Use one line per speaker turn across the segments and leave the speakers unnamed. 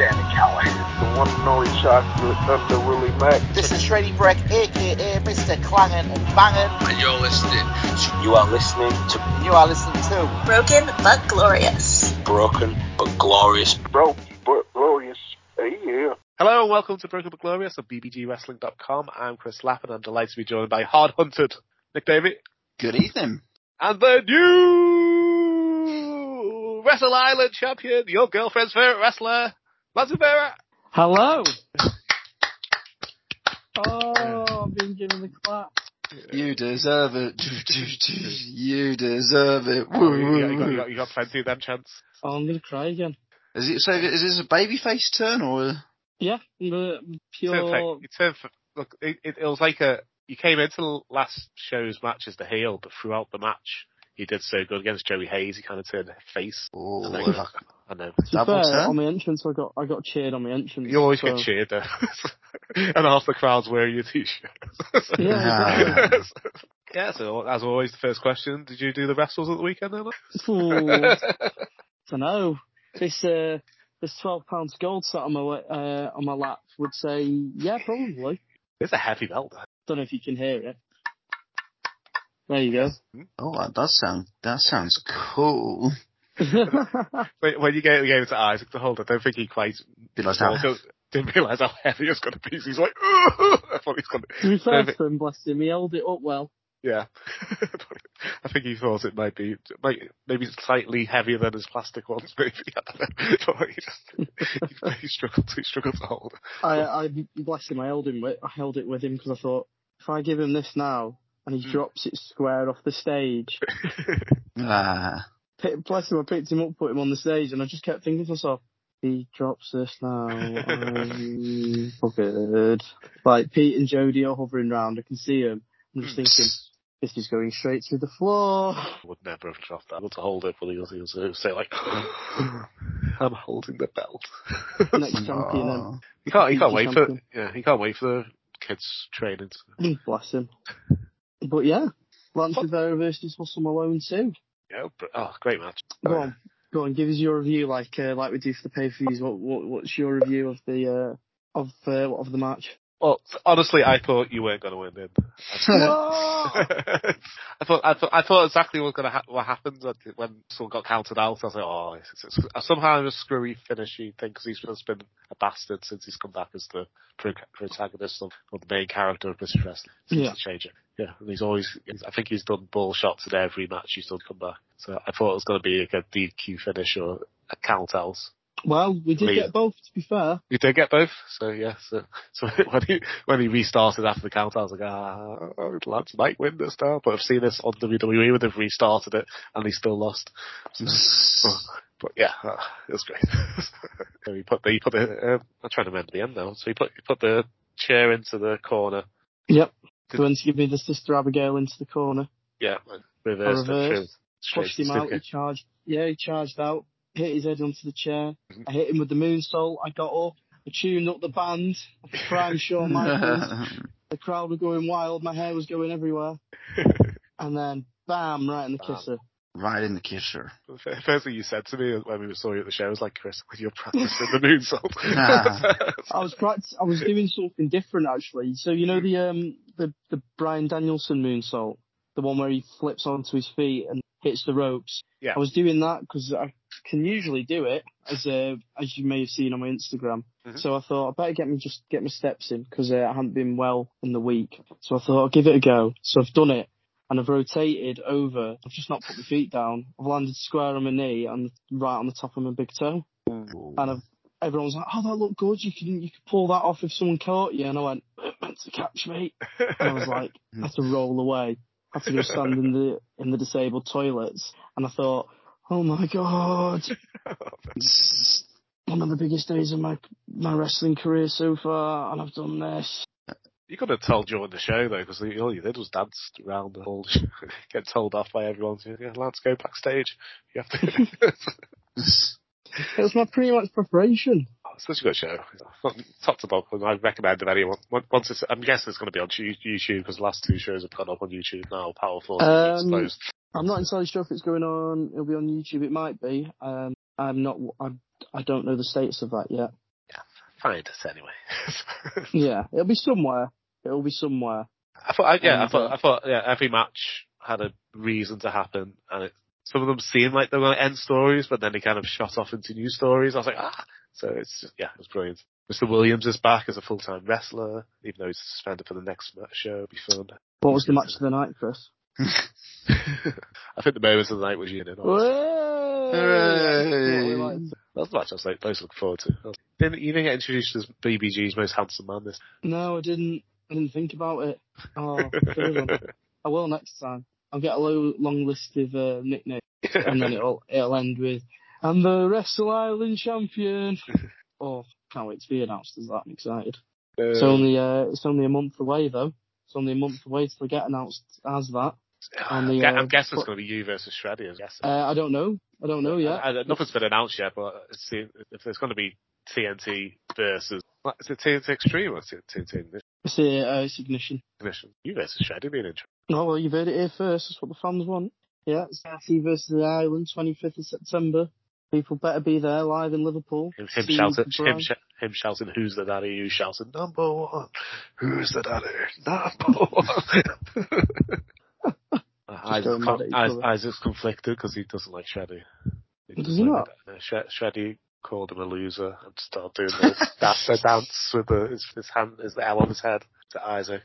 Sammy Callahan.
The one and only shot under Willie Mack.
This is Shreddy Breck, aka Mr. Clangin' and Bangin'.
And you're listening to
You are listening to
And you are listening to
Broken but glorious.
Broken but Glorious.
Bro, but glorious. Hey, yeah.
Hello and welcome to Broken But Glorious on bbgwrestling.com. I'm Chris Lapp and I'm delighted to be joined by Hard Hunted, Nick Davey,
Good evening.
and the new Wrestle Island champion, your girlfriend's favorite wrestler, Matsu Vera.
Hello. Oh, I've been given the clap.
You deserve it. You deserve it.
Oh, You got, you got- you got- you got plenty of them chance.
Oh, I'm gonna cry again.
Is it so? Is this a baby face turn or? a-
Yeah, the pure.
It's perfect. Look, it, it, it was like a, you came into the last show's match as the heel, but throughout the match, he did so good against Joey Hayes, he kind of turned face.
Oh,
Like,
like a
I know.
To be
double
fair, on
turn.
my entrance, I got I got cheered on my entrance.
You always
so-
get cheered though. and half the crowd's wearing your t-shirt.
Yeah.
yeah, so as always, the first question, did you do the wrestles at the weekend then?
I don't know. This uh, this twelve pounds gold sat on my wa- uh, on my lap would say, yeah, probably.
it's a heavy belt though.
Don't know if you can hear it. There you go.
Oh, that does sound. That sounds cool.
When, when you gave, gave it to Isaac to hold, I don't think he quite
Realised how-
also didn't realise how heavy it's going to be. So he's like, Ugh! I thought he's going
to be
to,
fair to him, bless him, he held it up well.
yeah. I think he thought it might be, might, maybe slightly heavier than his plastic ones, maybe. I don't know. he, just, he struggled, he struggled to hold.
I, I bless him. I held him. With, I held it with him because I thought if I give him this now and
Hmm.
he drops it square off the stage,
Ah,
pi- bless him. I picked him up, put him on the stage, and I just kept thinking to myself, he drops this now. I'm fuckered. Like Pete and Jody are hovering round. I can see him. I'm just thinking this is going straight through the floor.
would never have dropped that. I to hold it, but he was, he was, he was saying like, I'm holding the belt.
Next champion. then.
oh.
you can't, you
he's
can't
a
wait for,
champion.
yeah, you can't wait for the kids training.
bless him. But yeah, Lance Rivera versus Hustle Malone too.
Yeah, but, oh, great match.
Go on, go on. Give us your review, like uh, like we do for the pay per views. What, what what's your review of the uh, of uh, of the match?
Well, honestly, I thought you weren't going to win then. I thought, I thought, I thought exactly what was going to ha- what happened when- when someone got counted out. I was like, oh, it's, it's, it's somehow a screwy finishing thing because he's just been a bastard since he's come back as the pro- protagonist of, or the main character of British wrestling. Seems
Yeah.
to change it. Yeah, and he's always. he's- I think he's done ball shots in every match he's done come back. So I thought it was going to be like a DQ finish or a count out.
Well, we did
Please.
get both. To be fair,
You did get both, so yeah. So, so when he when he restarted after the count, I was like, ah, lads might win this now. But I've seen this on WWE when they've restarted it and they still lost. So, but yeah, uh, it was great. so he put the he put the um, I'm trying to remember the end now. So he put he put the chair into the corner.
they went to give me the sister Abigail into the corner,
Yeah, reversed it.
reversed,
through-
pushed him
straight
out. He
to
charged. Yeah, he charged out. Hit his head onto the chair. I hit him with the moonsault. I got up. I tuned up the band. Prime Shawn Michaels. the crowd were going wild. My hair was going everywhere. And then, bam! Right in the
Bam.
kisser.
right in the kisser.
The fir- First thing you said to me when we saw you at the show was like, Chris, when you're practicing the moonsault.
I was practic- I was doing something different actually. So you know the um the the Brian Danielson moonsault, the one where he flips onto his feet and hits the ropes.
Yeah.
I was doing that because I can usually do it as uh, as you may have seen on my Instagram.
Mhm.
So I thought I better get me just get my steps in because uh, I haven't been well in the week. So I thought I'll give it a go. So I've done it. And I've rotated over. I've just not put my feet down. I've landed square on my knee and right on the top of my big toe and I've, everyone was like, "Oh, that looked good. You can you could pull that off if someone caught you." And I went, "It "Meant to catch me," and I was like, I "Had to roll away. I had to go stand in the in the disabled toilets." And I thought, "Oh my god, one of the biggest days of my my wrestling career so far, and I've done this."
You could have told during the show though, because all you did was dance around the whole show, get told off by everyone. So, yeah, lads, go backstage. You have to.
It was my pretty much preparation.
Oh, it's such a good show. Top to bottom, I recommend it anyone. Once once it's, I'm guessing it's going to be on Tu- YouTube because the last two shows have gone up on YouTube now. Powerful,
Um,
it's closed.
I'm not entirely sure if it's going on. It'll be on YouTube. It might be. Um, I'm not. I, I don't know the status of that yet.
Find us anyway.
Yeah, it'll be somewhere. It'll be somewhere.
I thought, I, yeah, I
And,
thought,
uh,
I thought, yeah, every match had a reason to happen, and it, some of them seemed like they were end stories, but then they kind of shot off into new stories. I was like, ah, so it's just, yeah, it was brilliant. Mr. Williams is back as a full-time wrestler, even though he's suspended for the next ma- show. It'll be fun.
What was the match of the night, Chris?
I think the moments of the night was you in. honestly.
Hooray! That's what we like to-
That's the match I was like most looking forward to. Didn't you didn't get introduced as BBG's most handsome man this?
No, I didn't. I didn't think about it. Oh, brilliant. I will next time. I'll get a lo- long list of uh, nicknames, and then it'll it'll end with "I'm the Wrestle Island champion." oh, can't wait to be announced as that. I'm excited. It's only uh, it's only a month away though. It's only a month away till I get announced as that. on the,
I'm
uh,
guessing it's
what-
going to be you versus Shreddy. I'm guessing.
Uh, I don't know. I don't know yet.
I, I- nothing's been announced yet, but it's, if there's going to be TNT versus, what, is it TNT Extreme or TNT
It's a uh, it's ignition.
Ignition? You versus Shreddy being interesting.
Oh well, you've heard it here first. That's what the fans want. Yeah, it's RC versus the Island, 25th of September. People better be there live in Liverpool.
Him, him
See
shouting,
Brian-
him, sh- him shouting, "Who's the daddy?" You shouting, "Number one." Who's the daddy? Number one.
going
Isaac's,
mad at each
Is-
other.
Isaac's conflicted because he doesn't like Shreddy.
Does he not?
No, Shre- Shreddy called him a loser and started doing the, that the dance with the, his, his hand, his L on his head to Isaac.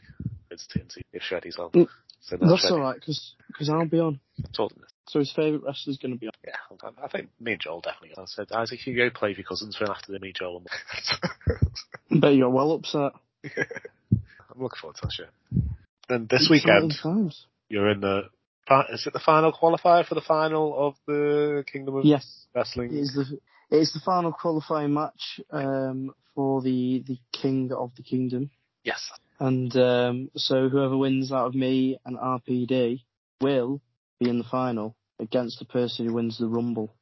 It's Tinty if Shreddy's on.
Mm.
So now
That's
Shreddy
all right, because I'll be on.
told him this.
So his favourite wrestler's going to be on.
Yeah, I- I think me and Joel definitely. I said, Isaac, you go play with your cousins for after they meet Joel. And
I bet you're well upset.
I'm looking forward to that show. Then this weekend,
Exciting times.
you're in the. fi- Is it the final qualifier for the final of the Kingdom of
Yes, it
Wrestling?
is the it's the final qualifying match um, for the the King of the Kingdom,
Yes.
and um, so whoever wins out of me and RPD will be in the final against the person who wins the Rumble.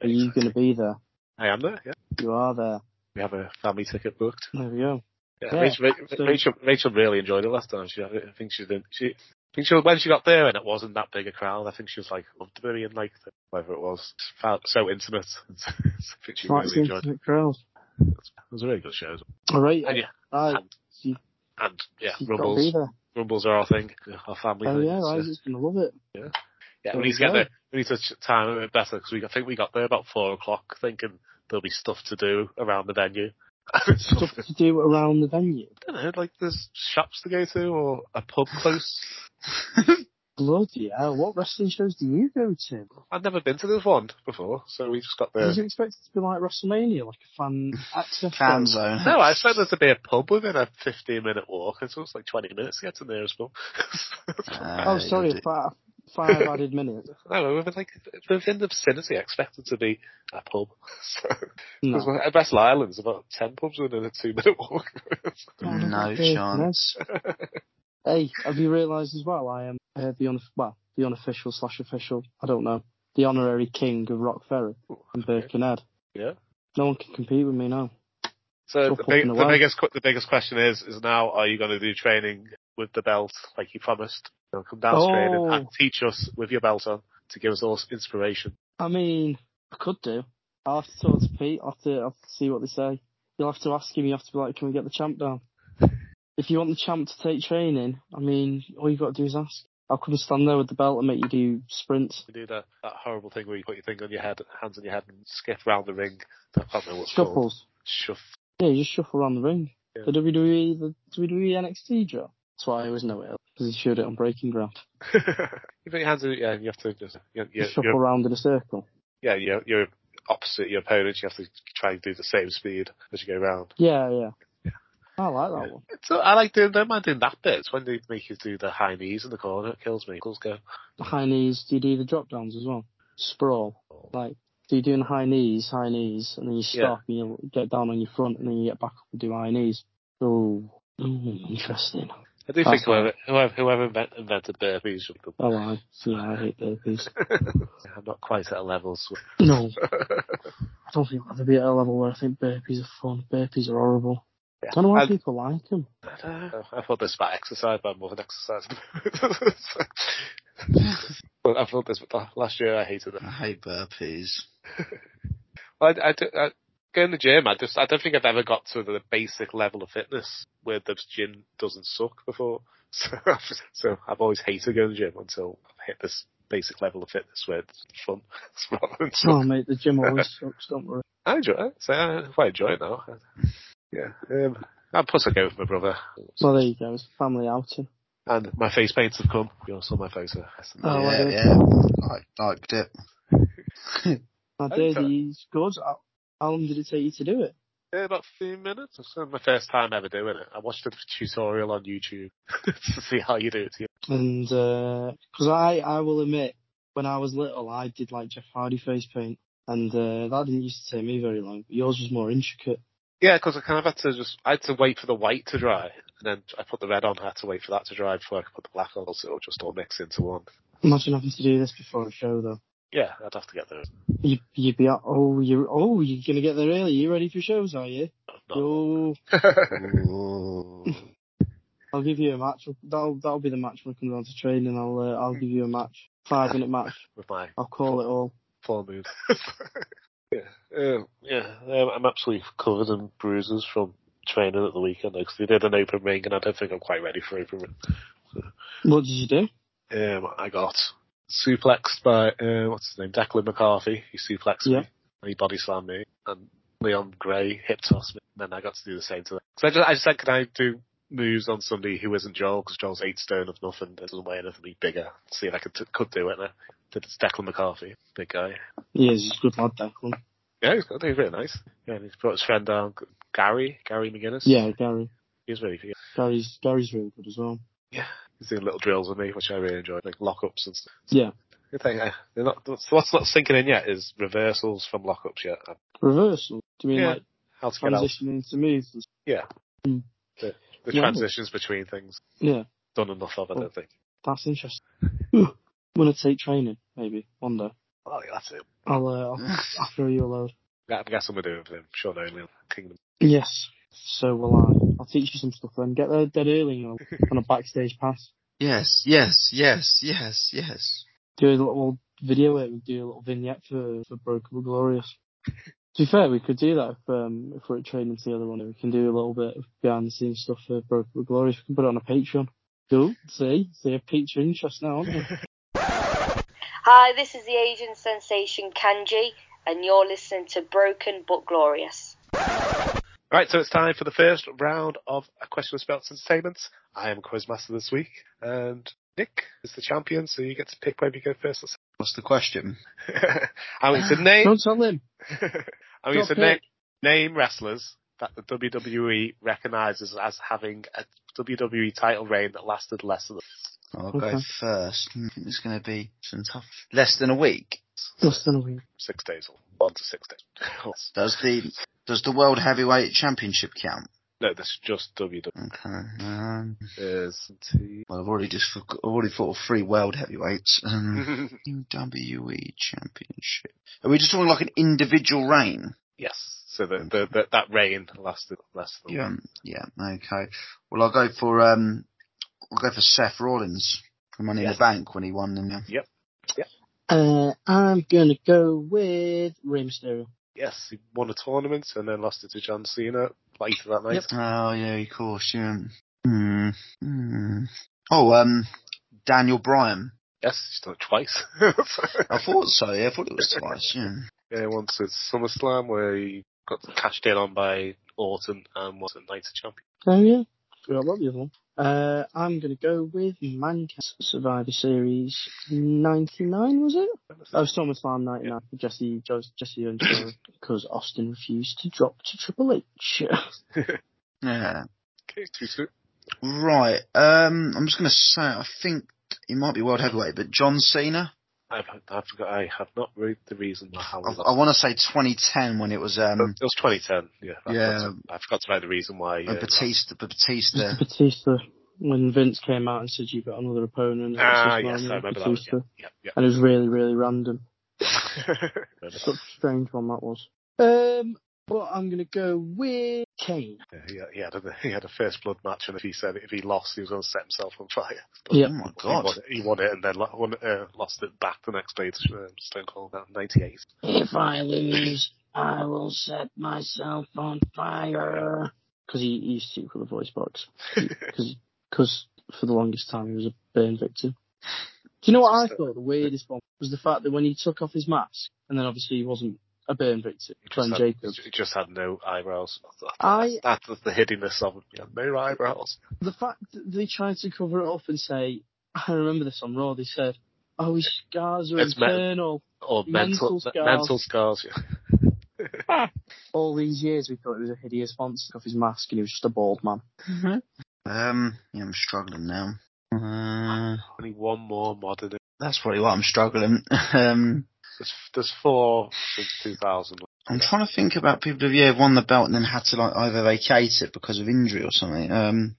Are you going to be there?
I am there. Yeah,
You are there.
we have a family ticket booked.
There we go.
Yeah,
Yeah,
Rachel, Ra-
so-
Rachel, Rachel really enjoyed it last time. She, I think she did. She, I think she when she got there and it wasn't that big a crowd. I think she was like loved being like the- whatever it was, She felt so intimate. I think she
Fights
really
into
enjoyed it.
the crowd.
It was a really good show.
All right. uh,
And yeah,
Right.
and,
So you-
and yeah,
you've got to be
rumbles,
there.
rumbles are our thing, our family
Oh
thing.
yeah,
So,
Isaac's going to love it.
yeah,
there
we
we
need to get
go.
there. We need to ch- time it better because we I think we got there about four o'clock, thinking there'll be stuff to do around the venue.
Stuff to do around the venue.
I don't know, like there's shops to go to or a pub close.
Bloody hell, what wrestling shows do you go to?
I've never been to this one before, so we just got there.
Did you expect it to be like WrestleMania, like a fan access?
Fan
show?
zone.
No, I expect there to be a pub within a 15 minute walk, and so it's like 20 minutes to get to the nearest pub.
Oh, sorry,
Uh,
five, five added minutes.
no, within like within the vicinity, I expected to be a pub. So,
No.
'cause at Wrestle Island's about 10 pubs within a two minute walk.
Oh, no,
No
that's good.
chance.
No. Hey, have you realised as well? I am uh, the un- well, the unofficial slash official. I don't know the honorary king of Rock Ferry and Birkenhead.
yeah.
No one can compete with me now.
So
Still
the, big,
popping
the
away.
biggest que- the biggest question is is now are you going to do training with the belt like you promised? You know, come down to training and
Oh.
teach us with your belt on to give us all s- inspiration.
I mean, I could do. I'll have to talk to Pete. I'll have to, I'll have to see what they say. You'll have to ask him. You have to be like, can we get the champ down? If you want the champ to take training, I mean, all you got to do is ask. I'll come stand there with the belt and make you do sprints.
You do that, that horrible thing where you put your thing on your head, hands on your head, and skip round the ring. I can't remember what's called.
Shuffles.
Shuff.
Yeah, you just shuffle around the ring. The WWE, the E WWE NXT job. That's why I always know it, because he showed it on Breaking Ground.
you put your hands on yeah, and you have to just you, you,
You shuffle
you're,
around in a circle.
yeah, you're, you're opposite your opponent. You have to try and do the same speed as you go round.
Yeah, yeah. I like that one.
So I like doing. Don't mind doing that bit. It's when they make you do the high knees in the corner. It kills me. Girls go.
The high knees, do you do the drop downs as well? Sprawl. Like, so you're doing high knees, high knees, and then you stop and you get down on your front and then you get back up and do high knees. Oh, Ooh, interesting.
I do
That's
think whoever whoever, whoever invent, invented burpees should be.
Oh, I, yeah, I hate burpees.
I'm not quite at a level. So.
No, I don't think I'll ever be at a level where I think burpees are fun. Burpees are horrible.
Yeah.
I don't know why
And- uh,
people like them.
I thought this was about exercise, but I'm more than exercise. but I thought this uh, last year. I hated it.
I hate burpees.
I, I, do- I go in the gym. I just I don't think I've ever got to the basic level of fitness where the gym doesn't suck before. So I've, so I've always hated going to the gym until I've hit this basic level of fitness where it's fun rather than
Oh,
suck.
mate, the gym always sucks. Don't worry.
I enjoy it. So uh, I quite enjoy it now. Yeah. Um, and plus I go with my brother
Well, there you go. It's a family outing.
and my face paints have come. You all saw my photo.
Oh, I
yeah,
did.
yeah. I liked it.
I
Okay.
did. He's good. How- How long did it take you to do it?
Yeah, about three minutes. It's my first time ever doing it. I watched a tutorial on YouTube to see how you do it. To
And because I, I will admit, when I was little, I did like Jeff Hardy face paint, and uh, that didn't used to take me very long. But yours was more intricate.
Yeah, because I kind of had to just, I had to wait for the white to dry, and then I put the red on, I had to wait for that to dry before I could put the black on, so it'll just all mix into one.
Imagine having to do this before a show, though.
Yeah, I'd have to get those.
You, you'd be at, oh, you're oh, you're gonna get there early. You ready for shows? Are you?
No.
Oh,
Ooh.
I'll give you a match. That'll that'll be the match when it comes down to training. I'll uh, I'll give you a match, five minute match.
With my
I'll call it all.
full moon. yeah, um, yeah, um, I'm absolutely covered in bruises from training at the weekend, because they did an open ring, and I don't think I'm quite ready for open ring.
What did you do?
Um, I got suplexed by uh, what's his name, Declan McCarthy. He suplexed
Yeah.
me and he body slammed me, and Leon Gray hip tossed me. And then I got to do the same to them. So I just, I just said, can I do moves on somebody who isn't Joel? Because Joel's eight stone of nothing, doesn't weigh anything he's bigger. See if I could t- could do it. Now. Did it's Declan McCarthy, big guy.
Yeah, he's a good lad, Declan.
Yeah, he's, he's really nice. Yeah, and he's brought his friend down, Gary, Gary McGuinness.
Yeah, Gary.
he was really good.
Gary's Gary's really good as well.
He's doing little drills with me, which I really enjoy, like lockups and stuff.
Yeah.
I think, uh, they're not, what's what's not sinking in yet is reversals from lockups yet. Uh,
Reversal. Do you mean
Yeah.
like
How to get out
transitioning into moves?
the
Hmm. Yeah.
transitions between things.
Yeah,
Done enough of, I
Oh.
don't think.
that's interesting. Ooh, I'm gonna take training maybe one day.
Oh, yeah, that's it.
I'll uh, I'll, I'll throw you a load.
I guess I'm going to do it with him. Sean O'Neill, Kingdom.
Yes. So will I. I'll teach you some stuff then. Get there dead early you know, on a backstage pass.
Yes, yes, yes, yes, yes.
Do a little video where we do a little vignette for for Broken But Glorious. To be fair, we could do that if, um, if we're at training together one day. We can do a little bit of behind the scenes stuff for Broken But Glorious. We can put it on a Patreon. Cool. See, see a picture interest now, aren't we?
Hi, this is the Asian sensation Kanji, and you're listening to Broken But Glorious.
Right, so it's time for the first round of A Question of Spells Entertainment. I am Quizmaster this week, and Nick is the champion, so you get to pick whether you go first or
What's the question?
second. I mean, to name,
Don't tell him.
I mean, to
Don't
name,
pick.
name wrestlers that the WWE recognises as having a WWE title reign that lasted less than
I'll go
Okay.
first. Hmm, It's going to be some tough. Less than a week.
Just in a week.
six days or one to six days.
Does the does the World Heavyweight Championship count?
no, this is just E. WWE.
Okay. Um,
Is
well, I've already just forg- I've already thought of three World Heavyweights. Um, WWE Championship. Are we just talking like an individual reign?
yes. So the, the, the, that reign lasted less than
Yeah. Um, Yeah. Okay. Well, I'll go for um, I'll go for Seth Rollins from Money in
Yes.
the Bank when he won. And, uh,
Uh, I'm gonna go with Rey Mysterio.
yes, he won a tournament and then lost it to John Cena later that night.
Oh yeah, of course. Yeah. Hmm. Hmm. Oh, um, Daniel Bryan.
Yes, he's done it twice.
I thought so. Yeah, I thought it was twice. Yeah.
yeah, once at SummerSlam where he got cashed in on by Orton and was a Knights of Champion.
Oh yeah, forgot about the other one. Uh, I'm gonna go with Mankind's Survivor Series '99 was it? Oh, SummerSlam '99. for Jesse, Jos- Jesse Owens, because Austin refused to drop to Triple H.
Yeah.
Okay, too soon.
Right. Um, I'm just gonna say I think it might be world heavyweight, but John Cena.
I've, I've forgot. I have not read the reason why. How
I, I want to say 2010 when it was um.
It was 2010. Yeah. I
Yeah.
Forgot to, I forgot to write the reason why. uh,
when Batista, Batista.
Just Batista. When Vince came out and said you've got another opponent, it was
Ah, yes,
just Mario
I remember that one,
Batista.
yeah, yeah.
and it was really, really random.
Remember
Such a strange one that was. Um, but I'm gonna go with Kane.
Yeah, he, he had a he had a first blood match, and if he said if he lost, he was going to set himself on fire.
Yeah.
Oh my
He
god!
won it, he won it and then lo- won, uh, lost it back the next day to uh, Stone Cold in '98.
If I lose, I will set myself on fire. Because he, he used to for the voice box. Because for the longest time he was a burn victim. Do you know what I thought? The weirdest one was the fact that when he took off his mask, and then obviously he wasn't a burn victim,
He
Glenn
just, had,
Jacobs.
he just had no eyebrows. That-
I-
that's, that's the hideousness of him. He had no eyebrows.
The fact that they tried to cover it up and say, I remember this on Raw, they said, oh, his scars are
It's men-
internal.
Or mental,
Mental scars.
mental scars. Yeah.
All these years we thought it was a hideous monster off his mask and he was just a bald man.
Um, yeah, I'm struggling now. Uh,
Only one more modern.
that's probably why I'm struggling. um,
There's, there's four since 2000.
I'm trying to think about people who've yeah won the belt and then had to like either vacate it because of injury or something. Um,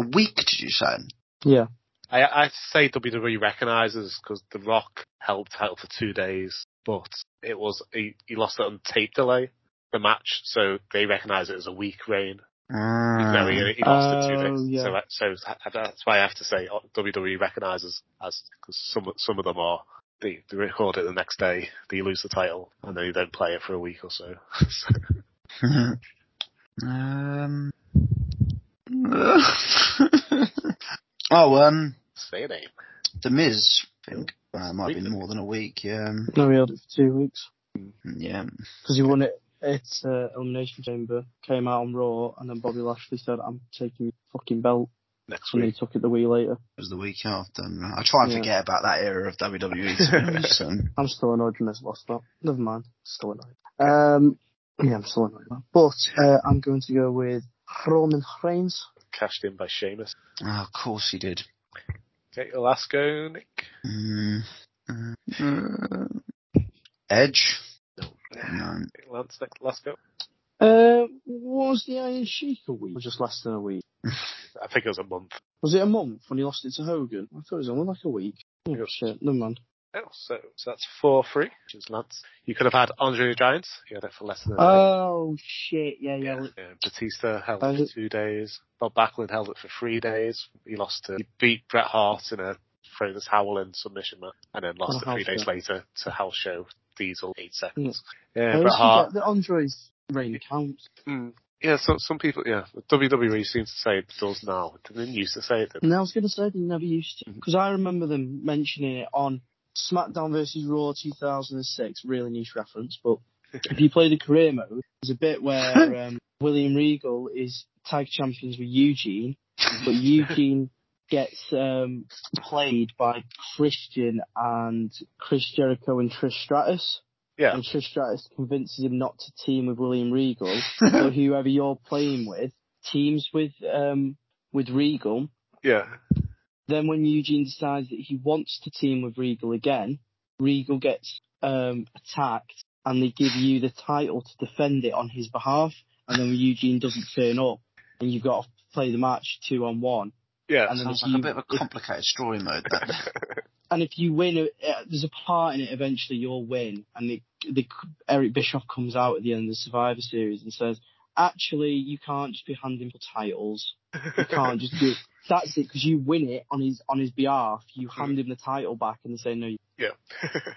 a week did you say?
Yeah.
I, I say WWE recognises because The Rock helped out for two days, but it was he, he lost it on tape delay the match, so they recognise it as a weak reign. Even
Uh,
though he, he lost it two
Oh,
days,
yeah.
so that- so that- that's why I have to say uh, WWE recognises as because some some of them are they, they record it the next day, they lose the title, and then they don't play it for a week or so. so
Ah. um. oh, um,
say a name.
The Miz. I think uh, it might be more than a week. Yeah,
No, he had it for two weeks.
yeah.
Because he won it at uh, Elimination Chamber, came out on Raw, and then Bobby Lashley said, I'm taking your fucking belt.
Next
And
week.
he took it the wee later.
It was the week after. I try and
Yeah.
forget about that era of WWE. To be honest, um,
I'm still annoyed when it's lost that. Never mind. Still annoyed. Um, yeah, I'm still annoyed. man. But uh, I'm going to go with Roman Reigns.
Cashed in by Sheamus.
oh, of course he did.
Okay, Alaska Nick.
Mm. Mm. Edge.
No.
No.
Lance Nick Alaska.
Uh, was the Iron Sheik a week? Or just less than a week?
I think it was a month.
Was it a month when he lost it to Hogan? I thought it was only like a week. Oh,
Yep.
shit. Never mind.
Oh, so, so that's four free, which is Lance. You could have had Andre the Giant. You had it for less than a day.
Oh, shit. Yeah, yeah.
yeah. yeah. Batista held
I-
it for two days. Bob Backlund held it for three days. He lost to, he beat Bret Hart in a Fraser's Howl in submission match, and then
On a
lost it
house
three days
show.
later to House Show Diesel eight seconds.
I
Yeah,
always
Bret Hart.
forget that Andre's reign counts.
Mm. Yeah, so some people, yeah, WWE seems to say it does now. They didn't used to say it. did they?
No, I was going to say they never used to. Because I remember them mentioning it on SmackDown versus Raw 2006. Really niche reference, but if you play the career mode, there's a bit where um, William Regal is tag champions with Eugene, but Eugene gets um, played by Christian and Chris Jericho and Trish Stratus.
Yeah.
And Trish Stratus convinces him not to team with William Regal, so whoever you're playing with teams with um, with Regal.
Yeah.
Then when Eugene decides that he wants to team with Regal again, Regal gets um, attacked and they give you the title to defend it on his behalf. And then when Eugene doesn't turn up, and you've got to play the match two on one.
Yeah.
And then
Sounds
if
like a
you
bit of a complicated story mode. That.
and if you win, uh, there's a part in it eventually you'll win. And the, the Eric Bischoff comes out at the end of the Survivor Series and says, "Actually, you can't just be handing people titles. You can't just do." That's it, because you win it on his on his behalf. You hand him the title back, and they say, "No, you-
yeah.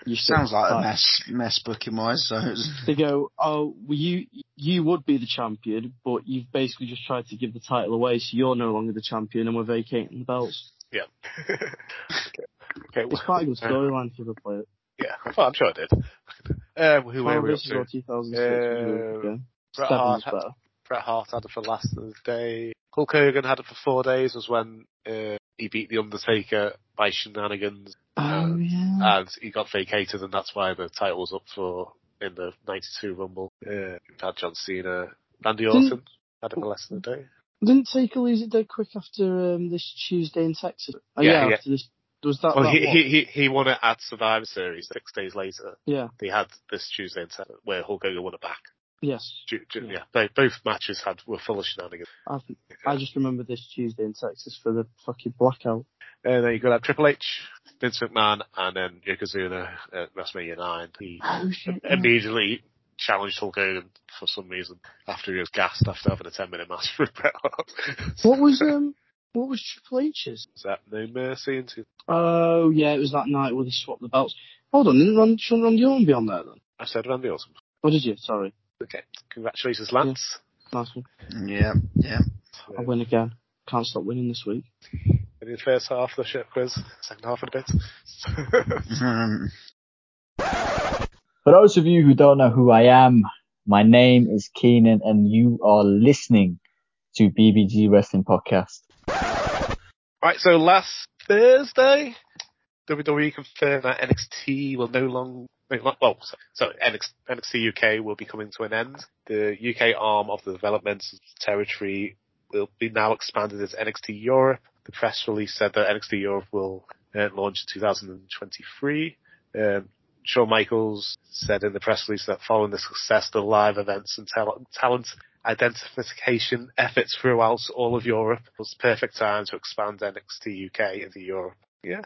you still
Sounds like a
can't."
mess, mess booking wise. So it's,
They go, "Oh, well, you you would be the champion, but you've basically just tried to give the title away, so you're no longer the champion, and we're vacating the belts."
Yeah. okay. okay.
It's
well,
quite a good
uh,
storyline if you ever play it.
yeah, I thought I'm sure I did. Um, who were
Well,
we up
this is
to?
all 2006.
Uh,
yeah.
Bret
Seven
Hart
was
had-
better.
Bret Hart had it for last of the day. Hulk Hogan had it for four days. Was when uh, he beat the Undertaker by shenanigans, Uh,
Oh yeah.
and he got vacated, and that's why the title was up for in the '92 Rumble. Uh, we've had John Cena, Randy
Didn't-
Orton had it for less than a day.
Didn't Taker lose it dead quick after um, this Tuesday in Texas? Oh,
Yeah,
yeah,
yeah.
after this was that.
Well,
that
he,
one?
he he he won it at Survivor Series six days later.
Yeah.
They had this Tuesday and Saturday where Hulk Hogan won it back.
Yes.
Ju- ju-
Yeah.
yeah, both, both matches had were full of shenanigans.
I, I just remember this Tuesday in Texas for the fucking blackout.
And then you got that Triple H, Vince McMahon, and then Yokozuna at WrestleMania 9. He immediately challenged Hulk Hogan for some reason after he was gassed after having a 10 minute match with Bret Hart.
What was um? What was Triple H's?
Is that No Mercy into?
Oh yeah, it was that night where they swapped the belts. Hold on, didn't Ron, shouldn't Randy Orton be on there then?
I said Randy Orton.
Or did you? Sorry,
Okay, congratulations, Lance.
nice one.
Yeah, yeah.
I win again. Can't stop winning this week.
In the first half of the ship quiz, second half of the bit.
Um,
For those of you who don't know who I am, my name is Keenan and you are listening to BBG Wrestling Podcast.
Right, so last Thursday, WWE confirmed that NXT will no longer, well, so- so NXT, NXT UK will be coming to an end. The UK arm of the development territory will be now expanded as NXT Europe. The press release said that NXT Europe will uh, launch in 2023. Um, Shawn Michaels said in the press release that following the success of the live events and tal- talent identification efforts throughout all of Europe, it was the perfect time to expand NXT UK into Europe. Yeah.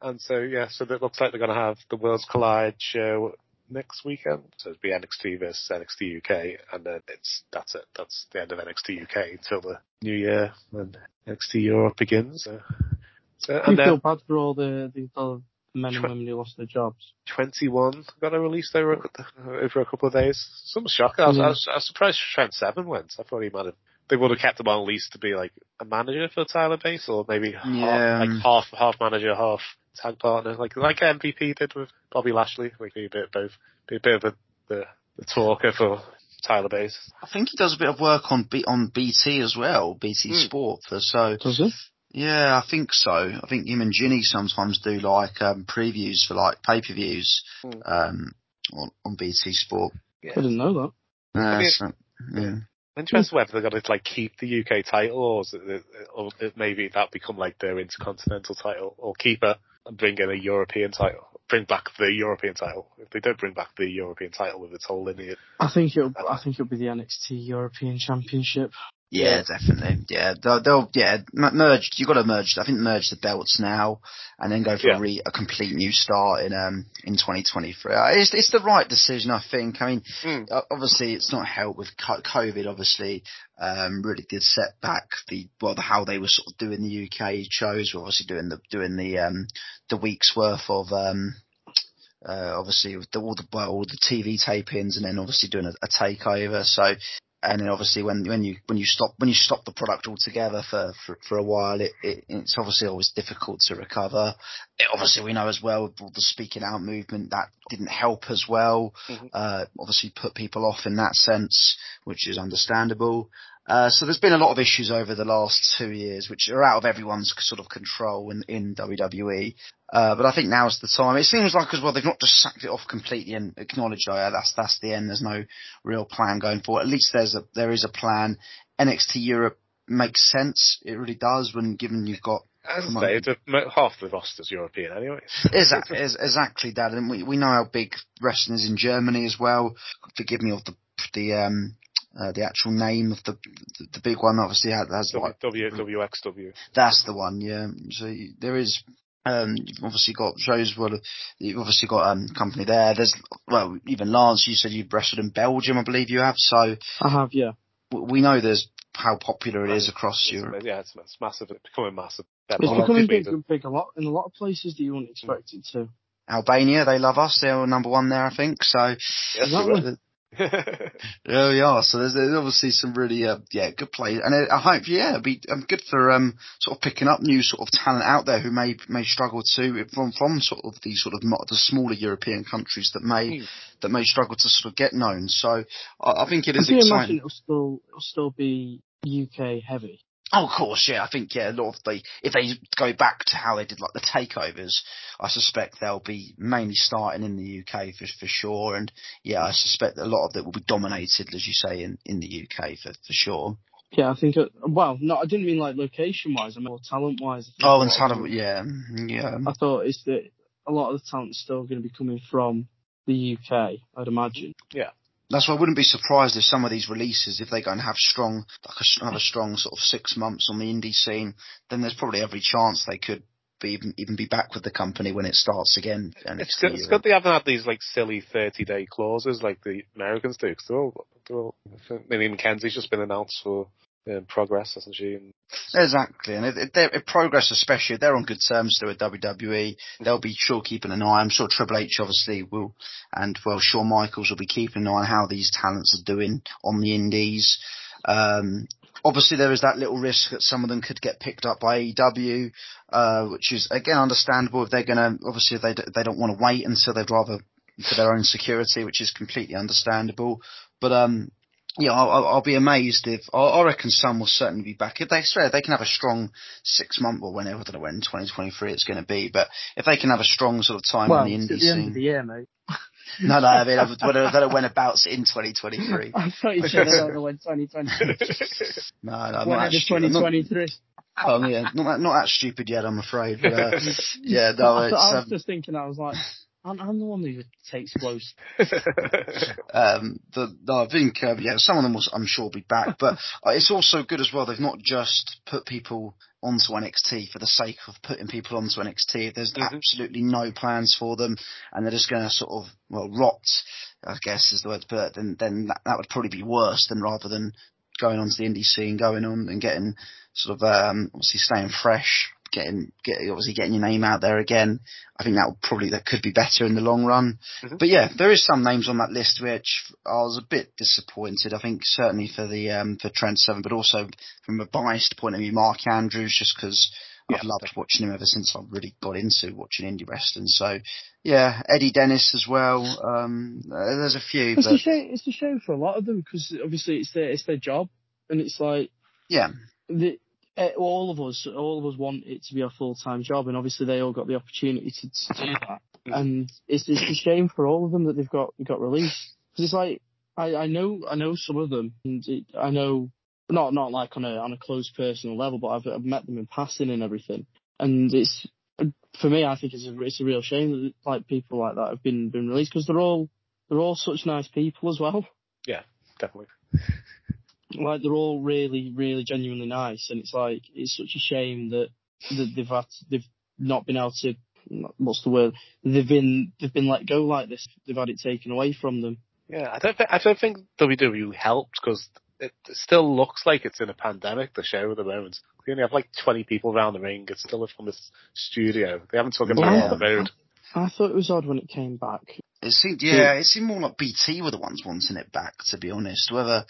And so, yeah, so it looks like they're going to have the Worlds Collide show next weekend. So it'd be NXT versus NXT UK, and then it's, that's it. That's the end of NXT UK until the new year when NXT Europe begins. So, so-
Do you
and
feel
then
bad for all the, the, the men and
Twen-
women who lost their jobs?
21 got to release over, over a couple of days. Some shock. I was, I was, I was surprised Trent Seven went. I thought he might have. They would have kept him on at least to be like a manager for Tyler Base, or maybe
Yeah.
half, like half half manager, half tag partner, like like MVP did with Bobby Lashley. Like be a bit of both, be a bit of a, the the talker for Tyler Base.
I think he does a bit of work on B- on BT as well, BT
Hmm.
Sport. For, so
Does it?
yeah, I think so. I think him and Ginny sometimes do like um, previews for like pay per views
Hmm.
um, on, on BT Sport.
Yeah.
I didn't know that.
Yeah,
mean-
so- yeah.
I'm interested whether they're going to like keep the UK title, or, is it, or it- maybe that become like their intercontinental title, or keep it and bring in a European title, bring back the European title. If they don't bring back the European title with its whole lineage,
I think it'll. I think it'll be the NXT European Championship.
Yeah, definitely. Yeah, they'll, they'll yeah m- merge. You got to merge. I think merge the belts now, and then go for
Yeah.
a, re, a complete new start in um in 2023. Uh, It's it's the right decision, I think. I mean,
Mm.
o- obviously it's not helped with co- COVID. Obviously, um, really did set back the well the, how they were sort of doing the UK shows. We're obviously doing the doing the um the week's worth of um uh, obviously with the, all the well, all the TV tapings, and then obviously doing a, a takeover. So, and then obviously when when you when you stop when you stop the product altogether for for, for a while, it, it it's obviously always difficult to recover. It, obviously, we know as well with all the speaking out movement that didn't help as well.
Mhm.
Uh, obviously, put people off in that sense, which is understandable. Uh, so there's been a lot of issues over the last two years, which are out of everyone's sort of control in, in WWE. Uh, but I think now's the time. It seems like as well they've not just sacked it off completely and acknowledged, oh yeah, that's that's the end. There's no real plan going forward. At least there's a there is a plan. NXT Europe makes sense. It really does when given you've got
as
Come on.
I say, the- mo- half the roster's European anyway.
exactly, exactly that. And we we know how big wrestling is in Germany as well. Forgive me of the the um uh, the actual name of the the, the big one. Obviously has, has like
W, WXW.
that's the one, yeah. So you- there is, um, you've obviously got shows. Well, you've obviously got um company there. There's well, even Lance. You said you wrestled in Belgium, I believe you have. So
I
Oh,
have, yeah.
w- we know there's how popular it is across
It's-
Europe.
Yeah, it's, it's massive. It's becoming massive.
It's
Well,
becoming big,
Sweden.
big a lot in a lot of places that you wouldn't expect it to.
Albania, they love us. They're number one there, I think. So
Yes,
Exactly.
yeah, we are. So there's, there's obviously some really uh, yeah good plays, and uh, I I hope yeah it'd be um, good for um sort of picking up new sort of talent out there who may may struggle to from from sort of the sort of mo- the smaller European countries that may
Hmm.
that may struggle to sort of get known. So I, I think it is
Can you imagine
exciting.
it'll still it'll still be UK heavy?
Oh, of course, yeah. I think yeah a lot of the if they go back to how they did like the takeovers, I suspect they'll be mainly starting in the UK for for sure, and yeah, I suspect that a lot of it will be dominated, as you say, in in the UK for for sure.
Yeah, I think. It, well, no, I didn't mean like location wise. I mean more talent wise.
Oh, and talent, yeah, yeah.
I thought it's that a lot of the talent's still going to be coming from the UK. I'd imagine.
Yeah.
That's why I wouldn't be surprised if some of these releases, if they go and have strong, like a, have a strong sort of six months on the indie scene, then there's probably every chance they could be even, even be back with the company when it starts again. And
It's good, it's good they haven't had these like silly thirty day clauses like the Americans do. Cause they're all, they're all. I mean, Mackenzie's just been announced for um, progress, hasn't she? And
Exactly, and if, if they're if progress, especially if they're on good terms still with WWE, they'll be sure keeping an eye. I'm sure Triple H obviously will, and well, Shawn Michaels will be keeping an eye on how these talents are doing on the Indies. Um, obviously, there is that little risk that some of them could get picked up by AEW, uh, which is again understandable if they're going to obviously if they d- they don't want to wait until they'd rather for their own security, which is completely understandable. But um, yeah, I'll, I'll- I'll be amazed if I, I reckon some will certainly be back. If they swear they can have a strong six month or whenever I don't know when 2023 it's going to be, but if they can have a strong sort of time
well,
on the
it's
indie
at the end of
scene,
the year, mate.
no, no, I mean I don't know- I don't know when abouts in 2023.
I thought you said I when 2020.
No, no, I'm
Whenever
not that stu- I'm not-
2023.
um, yeah, not that, not that stupid yet, I'm afraid. But, uh, yeah, no,
I,
it's,
thought- I was
um,
just thinking. I was like, I'm, I'm the one who takes blows.
um, the, no, I think uh, yeah, some of them will, I'm sure will be back, but uh, it's also good as well. They've not just put people onto NXT for the sake of putting people onto NXT. There's absolutely no plans for them, and they're just going to sort of well rot, I guess is the word. But then then that, that would probably be worse than rather than going onto the indie scene, going on and getting sort of um, obviously staying fresh. Getting, get, obviously getting your name out there again. I think that would probably, that could be better in the long run. But yeah, there is some names on that list which I was a bit disappointed. I think certainly for the um, for Trent Seven, but also from a biased point of view, Mark Andrews, just because I've loved watching him ever since I really got into watching indie wrestling. So yeah, Eddie Dennis as well. Um, uh, there's a few,
It's a
but
shame. It's a shame for a lot of them because obviously it's their it's their job, and it's like
yeah,
the, eh, all of us all of us want it to be a full time job, and obviously they all got the opportunity to, to do that. And it's it's a shame for all of them that they've got got released because it's like I, I know I know some of them, and it, I know not not like on a on a close personal level, but I've, I've met them in passing and everything, and it's for me I think it's a it's a real shame that like people like that have been been released because they're all they're all such nice people as well
yeah, definitely.
like they're all really, really genuinely nice, and it's like it's such a shame that, that they've had they've not been able to what's the word they've been they've been let go like this. They've had it taken away from them.
Yeah, I don't think I don't think WWE helped because it still looks like it's in a pandemic. The show at the moment, we only have like twenty people around the ring. It's still from this studio. They haven't took it back on the road.
I thought it was odd when it came back.
it seemed yeah, it seemed more like BT were the ones wanting it back. To be honest, whether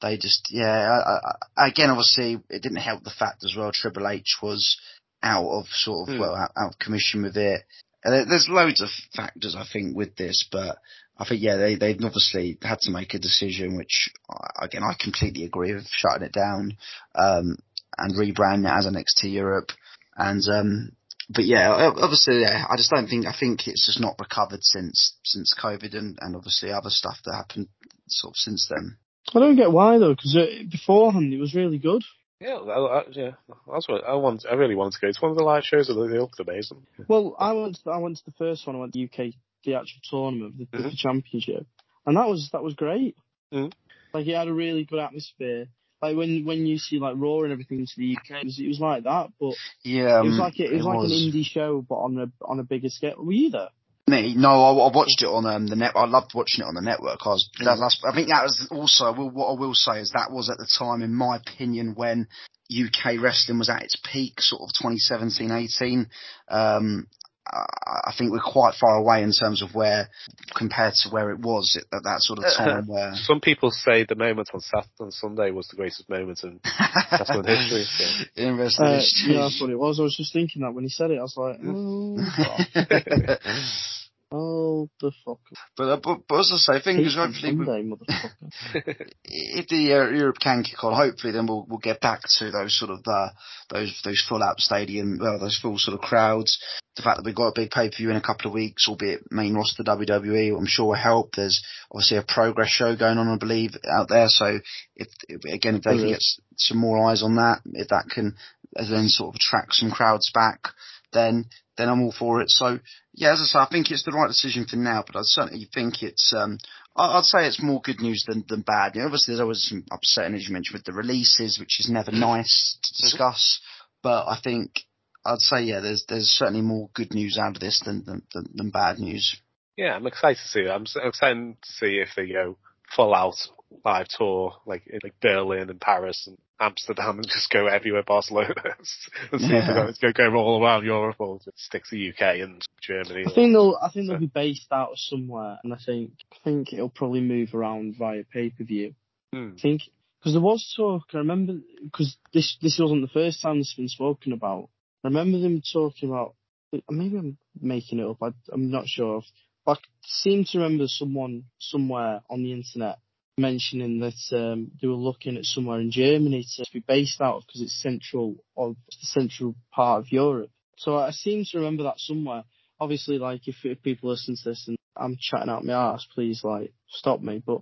they just yeah, I, I, again obviously it didn't help the fact as well. Triple H was out of sort of
Hmm.
well out, out of commission with it. And there- there's loads of factors I think with this, but I think yeah they they've obviously had to make a decision, which I- again I completely agree with shutting it down um, and rebranding it as NXT Europe and um, but yeah, o- obviously, yeah, I just don't think I think it's just not recovered since since COVID and, and obviously other stuff that happened sort of since then.
I don't get why though, because beforehand it was really good.
Yeah, I, I, yeah. That's what I want. I really wanted to go. It's one of the live shows that they looked amazing.
Well, I went to, I went to the first one. I went to the UK, the actual tournament, the, the
Mm-hmm.
Mhm.
championship, and that was that was great.
Mhm.
Like it had a really good atmosphere. Like when when you see like Raw and everything to the UK, it was, it was like that, but
Yeah,
it was
um,
like it, was
it
like
was.
an indie show, but on a on a bigger scale. Were you there?
Me, no, I, I watched it on um, the net. I loved watching it on the network. I was, that, that's, I think that was also I will, what I will say is that was at the time, in my opinion, when UK wrestling was at its peak, sort of 2017, 18. Um, I, I think we're quite far away in terms of where compared to where it was at, at that sort of time. where
Some people say the moment on Saturday and Sunday was the greatest moment in wrestling history. So.
in wrestling
Uh,
history.
yeah, that's what it was. I was just thinking that when he said it, I was like, oh. Oh, the fuck.
But, uh, but, but as I say, fingers hopefully.
Sunday, motherfucker.
if the uh, Europe can kick on, hopefully then we'll we'll get back to those sort of uh, those those full out stadium, well those full sort of crowds. The fact that we've got a big pay per view in a couple of weeks, albeit main roster WWE, I'm sure will help. There's obviously a progress show going on, I believe, out there. So if again if they can
Yeah.
get s- some more eyes on that, if that can then sort of attract some crowds back, then then I'm all for it. So yeah, as I say, I think it's the right decision for now, but I certainly think it's um I- I'd say it's more good news than, than bad. You know, obviously, there's always some upsetting, as you mentioned, with the releases, which is never nice to discuss. But I think I'd say, yeah, there's there's certainly more good news out of this than than, than, than bad news.
Yeah, I'm excited to see that. I'm, s- I'm excited to see if they go full out live tour, like in, like Berlin and Paris and Amsterdam, and just go everywhere, Barcelona, and see if they
Yeah.
go, it's gonna go all around Europe or just stick to UK and Germany.
I think they'll. I think they'll be based out of somewhere, and I think I think it'll probably move around via pay per view.
Hmm.
I think because there was talk. I remember because this this wasn't the first time this has been spoken about. I remember them talking about. Maybe I'm making it up. I, I'm not sure. But I seem to remember someone somewhere on the internet mentioning that um, they were looking at somewhere in Germany to be based out of because it's central of the central part of Europe. So I seem to remember that somewhere. Obviously, like if, if people listen to this and I'm chatting out my ass, please like stop me. But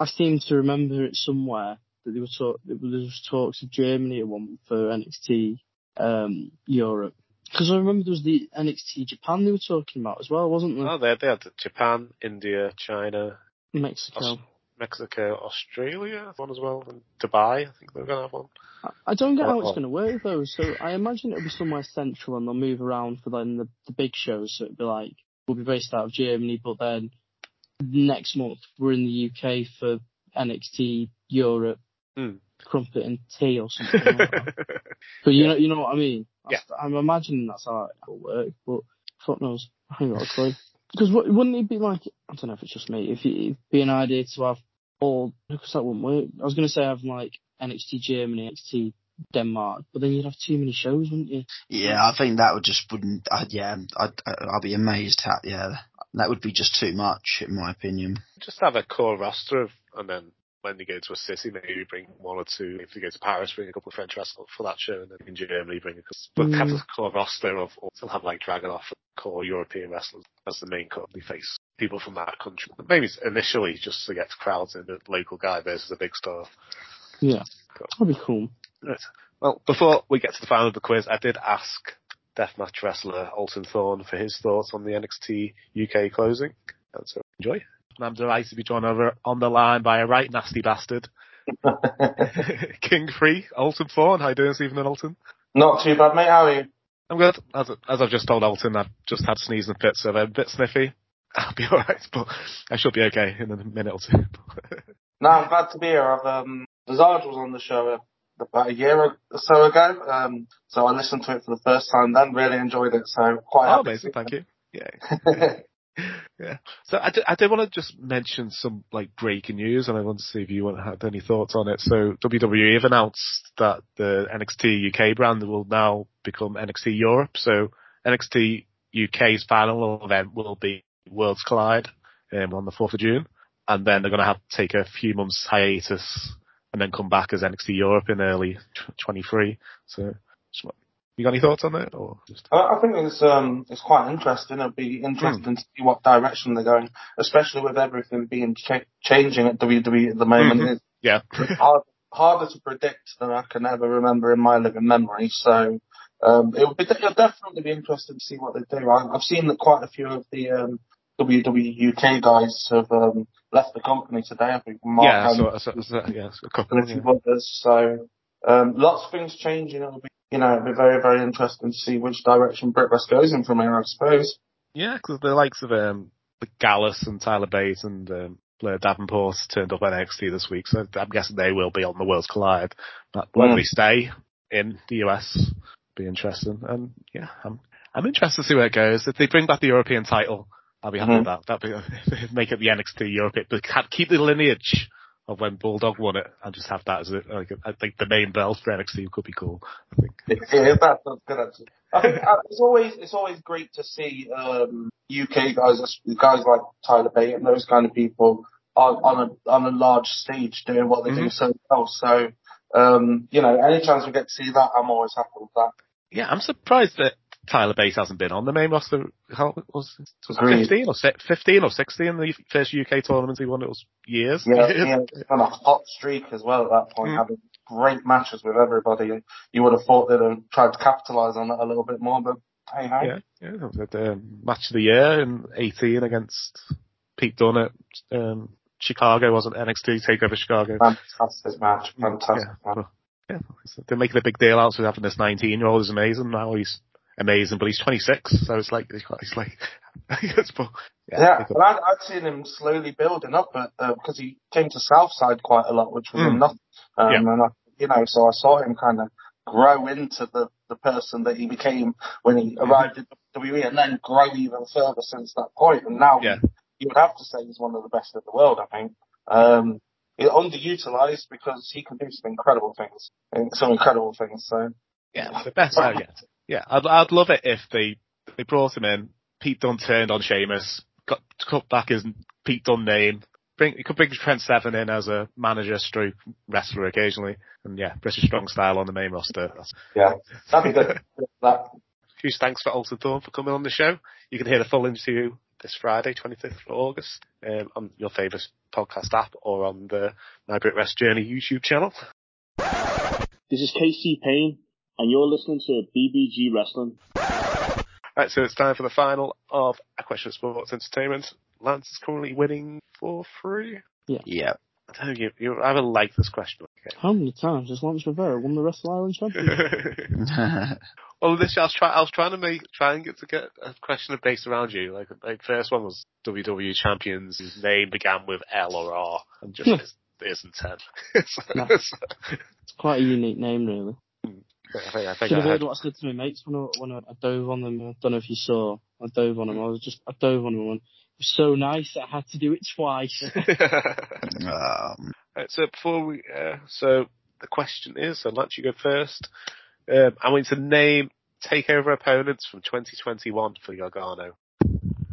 I seem to remember it somewhere that they were talk that there was talks of Germany at one for NXT um, Europe. Because I remember there was the NXT Japan they were talking about as well, wasn't there?
Oh, they they had Japan, India, China,
Mexico.
Aus- Mexico, Australia, one as well, and Dubai. I think they're gonna have one.
I- I don't get how it's
Well-
going to work though. So I imagine it'll be somewhere central, and they'll move around for then the, the big shows. So it'll be like we'll be based out of Germany, but then next month we're in the UK for NXT Europe,
Hmm.
Crumpet and Tea or something. like that. But you know, you know what I mean.
Yeah.
That's- I'm imagining that's how it'll work, but fuck knows. I ain't got a clue. Because what, wouldn't it be like? I don't know if it's just me. If it, it'd be an idea to have all because that wouldn't work. I was gonna say have like NXT Germany, NXT Denmark, but then you'd have too many shows, wouldn't you?
Yeah, I think that would just wouldn't. I, yeah, I'd I- I'd be amazed at yeah. That would be just too much, in my opinion.
Just have a core roster of, and then when they go to a city, maybe bring one or two. If they go to Paris, bring a couple of French wrestlers for that show, and then in Germany, bring a couple. But have a
Mm.
core roster of, or still have like Dragunov, core European wrestlers as the main cut. They face people from that country. Maybe it's initially just to get crowds in, the local guy versus a big star.
Yeah,
Cool.
that'd be cool.
Right. Well, before we get to the final of the quiz, I did ask deathmatch wrestler Alton Thorne for his thoughts on the NXT UK closing. And so enjoy. And I'm delighted to be joined over on the line by a right nasty bastard, King Free Alton Thorne. How you doing this evening, Alton?
Not too bad, mate. How are you?
I'm good. As, as I've just told Alton, I've just had sneezing fits, so they're a bit sniffy. I'll be alright, but I should be okay in a minute or two.
No, I'm glad to be here. I've, um, Desarge was on the show about a year or so ago, um, so I listened to it for the first time then, really enjoyed it, so quite
Oh,
happy.
amazing. Thank you. Yeah. So I do, I do want to just mention some like breaking news, and I want to see if you want had any thoughts on it. So WWE have announced that the NXT UK brand will now become NXT Europe. So NXT UK's final event will be Worlds Collide um, on the fourth of June, and then they're going to have to take a few months hiatus and then come back as NXT Europe in early tw- 23. So, just, want- you got any thoughts on it, or just
I I think it's um it's quite interesting. It'll be interesting to see what direction they're going, especially with everything being cha- changing at WWE at the moment.
Mhm.
It's
yeah?
hard, harder to predict than I can ever remember in my living memory. So um, it'll be it'll definitely be interesting to see what they do. I, I've seen that quite a few of the um, WWE UK guys have um, left the company today. I think Mark
yeah,
Hunt
so, so, so, yeah, so a couple.
and a
yeah.
few others. So um, lots of things changing. It'll be you know it'll be very very interesting to see which direction Brit West goes in from here. I suppose.
Yeah, because the likes of um, Gallus and Tyler Bates and um, Blair Davenport turned up at NXT this week, so I'm guessing they will be on the Worlds Collide. But whether
Mm.
they stay in the US, be interesting. And yeah, I'm I'm interested to see where it goes. If they bring back the European title, I'll be happy
Mhm.
with that. That'd be make it the NXT Europe, but ca- keep the lineage of when Bulldog won it and just have that as a, like, I think the main bell for NXT could be cool. I think.
Yeah, that's a good answer. I think uh, it's always it's always great to see um, UK guys, guys like Tyler Bate and those kind of people on, on a on a large stage doing what they do so well. So um, you know, any chance we get to see that, I'm always happy with that.
Yeah, I'm surprised that Tyler Bates hasn't been on the main roster. How was, it? was it
Agreed.
15 or si- 15 or 16 in the first UK tournament he won? It was years.
Yeah, yeah, he's on a hot streak as well at that point,
Mm.
having great matches with everybody. You would have thought they'd have tried to capitalise on that a little bit more, but hey, hey.
Yeah, yeah. that was at, um, match of the year in 18 against Pete Dunne at um, Chicago, wasn't NXT Takeover Chicago.
Fantastic match, fantastic
Yeah, well, yeah. so They're making a big deal out of having this 19 year old is amazing. Now he's amazing, but he's 26, so it's like it's quite- it's like it's, bu-
Yeah, and I'd, I'd seen him slowly building up, but uh, because he came to Southside quite a lot, which was
Mm.
enough. Um,
Yeah.
And I, you know, so I saw him kind of grow into the the person that he became when he
Mm-hmm.
arrived at WWE, and then grow even further since that point. And now
Yeah.
you would have to say he's one of the best in the world. I think um, he's underutilized because he can do some incredible things, and some incredible things. So
yeah, the best out yet. Yeah, I'd I'd love it if they they brought him in. Pete Dunne turned on Sheamus, got cut back his Pete Dunne name. Bring you could bring Trent Seven in as a manager, stroke wrestler occasionally, and yeah, British strong style on the main roster. That's-
yeah, that'd be good. that
Huge thanks for Alton Thorne for coming on the show. You can hear the full interview this Friday, 25th of August, um, on your favourite podcast app or on the My Brit Rest Journey YouTube channel.
This is KC Payne, and you're listening to BBG Wrestling.
Right, so it's time for the final of A Question of Sports Entertainment. Lance is currently winning 4-3.
Yeah.
Yeah.
I tell you, you, I will like this question.
How many times has Lance Rivera won the Wrestle Island Championship?
well, this I was trying. I was trying to make trying to get a question based around you. Like, like first one was WWE champions whose name began with L or R, and just
Hmm.
is- isn't ten. So- so-
It's quite a unique name, really.
I think I think
Should
I
have heard
heard.
what I said to my mates when I, when I, I dove on them. I don't know if you saw. I dove on them. I was just I dove on them. and It was so nice. I had to do it twice.
Um,
Right, so before we, uh, so the question is, so Lance, you go first. Um, I want you to name takeover opponents from 2021 for Gargano.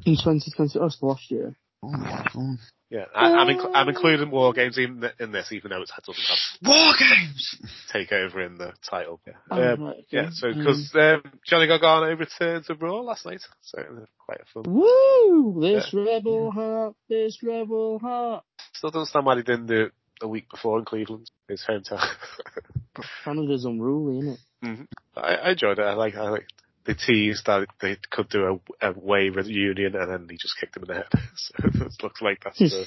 In 2020, oh, it's the last year.
Um,
Yeah, I, I'm, inc- I'm including War Games even th- in this, even though it doesn't have
War Games
takeover in the title. Yeah,
Oh,
um,
right, okay.
yeah so because um, Johnny Gargano returned to Raw last night, so it was quite a fun.
Woo! This rebel heart, this rebel heart.
Still don't understand why they didn't do it a week before in Cleveland, his hometown.
Canada's unruly, isn't it?
Mhm. I, I enjoyed it. I like. I like. They teased that they could do a, a way reunion, and then they just kicked him in the head. so it looks like that's the.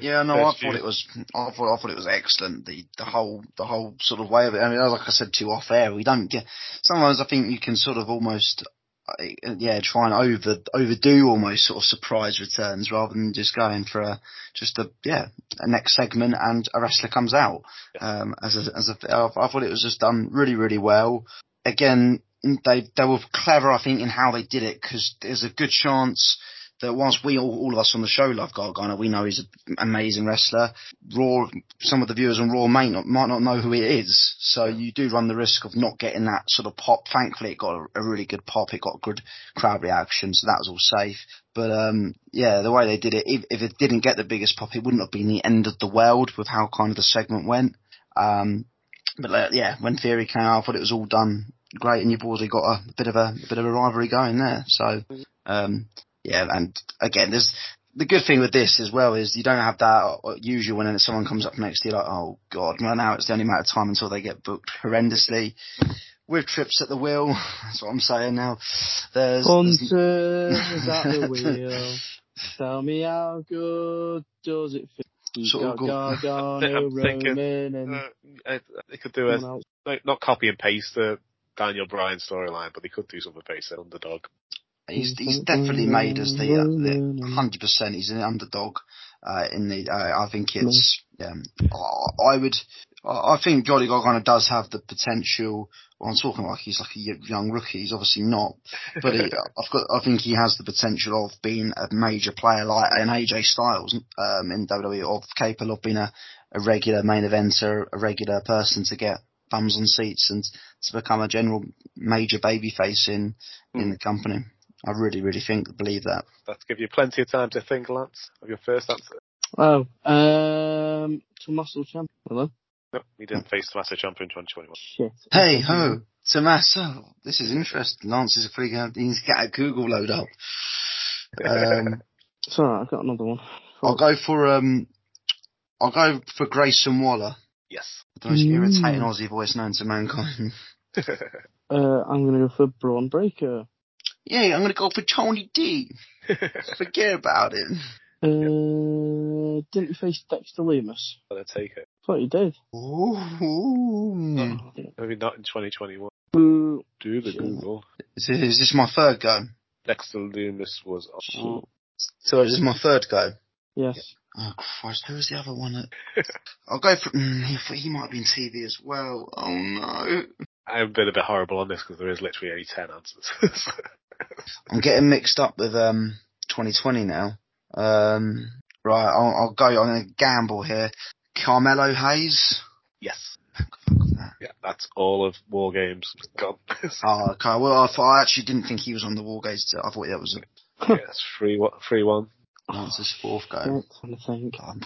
Yeah, no, I
First
thought
year.
it was, I thought, I thought it was excellent. The the whole the whole sort of way of it. I mean, like I said to you off air, we don't get. Sometimes I think you can sort of almost, uh, yeah, try and over overdo almost sort of surprise returns rather than just going for a just a yeah a next segment and a wrestler comes out. Um, as a, as a, I I thought it was just done really really well. Again, they they were clever, I think, in how they did it because there's a good chance that whilst we all, all of us on the show love Gargano, we know he's an amazing wrestler. Raw, some of the viewers on Raw might not might not know who he is, so you do run the risk of not getting that sort of pop. Thankfully, it got a, a really good pop. It got good crowd reaction, so that was all safe. But um, yeah, the way they did it, if, if it didn't get the biggest pop, it wouldn't have been the end of the world with how kind of the segment went. Um, but uh, yeah, when Theory came out, I thought it was all done great, and you've already got a, bit of a, a bit of a rivalry going there. So um, yeah, and again, there's the good thing with this as well is you don't have that uh, usual when someone comes up next to you like, oh god, well now it's the only amount of time until they get booked horrendously. With trips at the wheel, that's what I'm saying now. There's, there's
Hunters at the wheel. Tell me how good does it feel? You
Sort
got
of got-
Gargano,
I'm thinking,
Roman, and
Uh, I- they could do
Someone
a
else.
like, not copy and paste the Daniel Bryan storyline, but they could do something based on underdog.
he's, he's definitely made us the, uh, the 100%. He's an underdog. Uh, in the, uh, I think it's, um, I I would, I I think Jolly Gargano does have the potential. Well, I'm talking like he's like a y- young rookie. He's obviously not, but he, I've got. I think he has the potential of being a major player like an AJ Styles um, in WWE, or capable of being a, a regular main eventer, a regular person to get bums on seats and to become a general major babyface in in the company. I really, really think believe that.
That's give you plenty of time to think, Lance, of your first answer.
Oh, um, Tommaso Champ. Hello.
No, he didn't face Tommaso Ciampa in 2021.
Shit.
Hey ho, Tommaso, this is interesting. Lance is a freak out. He's got a Google load up. Um,
It's alright, I've got another one.
I'll go for um, I'll go for Grayson Waller,
Yes.
the most
Mm.
irritating Aussie voice known to mankind.
Uh, I'm gonna go for Braun Breaker.
yeah, I'm gonna go for Tony D. Forget about it.
Uh, didn't you face Dexter Loomis?
But I take it.
Thought you did. Oh,
Ooh.
Maybe not in 2021.
Boo.
Do the
Sure.
Google.
Is this, is this my third go?
Dexter Loomis was on.
So this is my third go.
Yes.
Oh Christ, who was the other one? That... I'll go for. Mm, he- he might be in TV as well. Oh no.
I've been a bit horrible on this because there is literally only 10 answers.
I'm getting mixed up with um 2020 now. Um, right, I'll, I'll go. I'm going to gamble here. Carmelo Hayes.
yes. Yeah, that's all of War Games. Gone. Ah.
Oh, okay. Well, I, thought, I actually didn't think he was on the War Games. I thought that was a,
yeah, it's free, wa- free one.
Lance's fourth
Yeah,
go.
I'm trying to think.
I'm,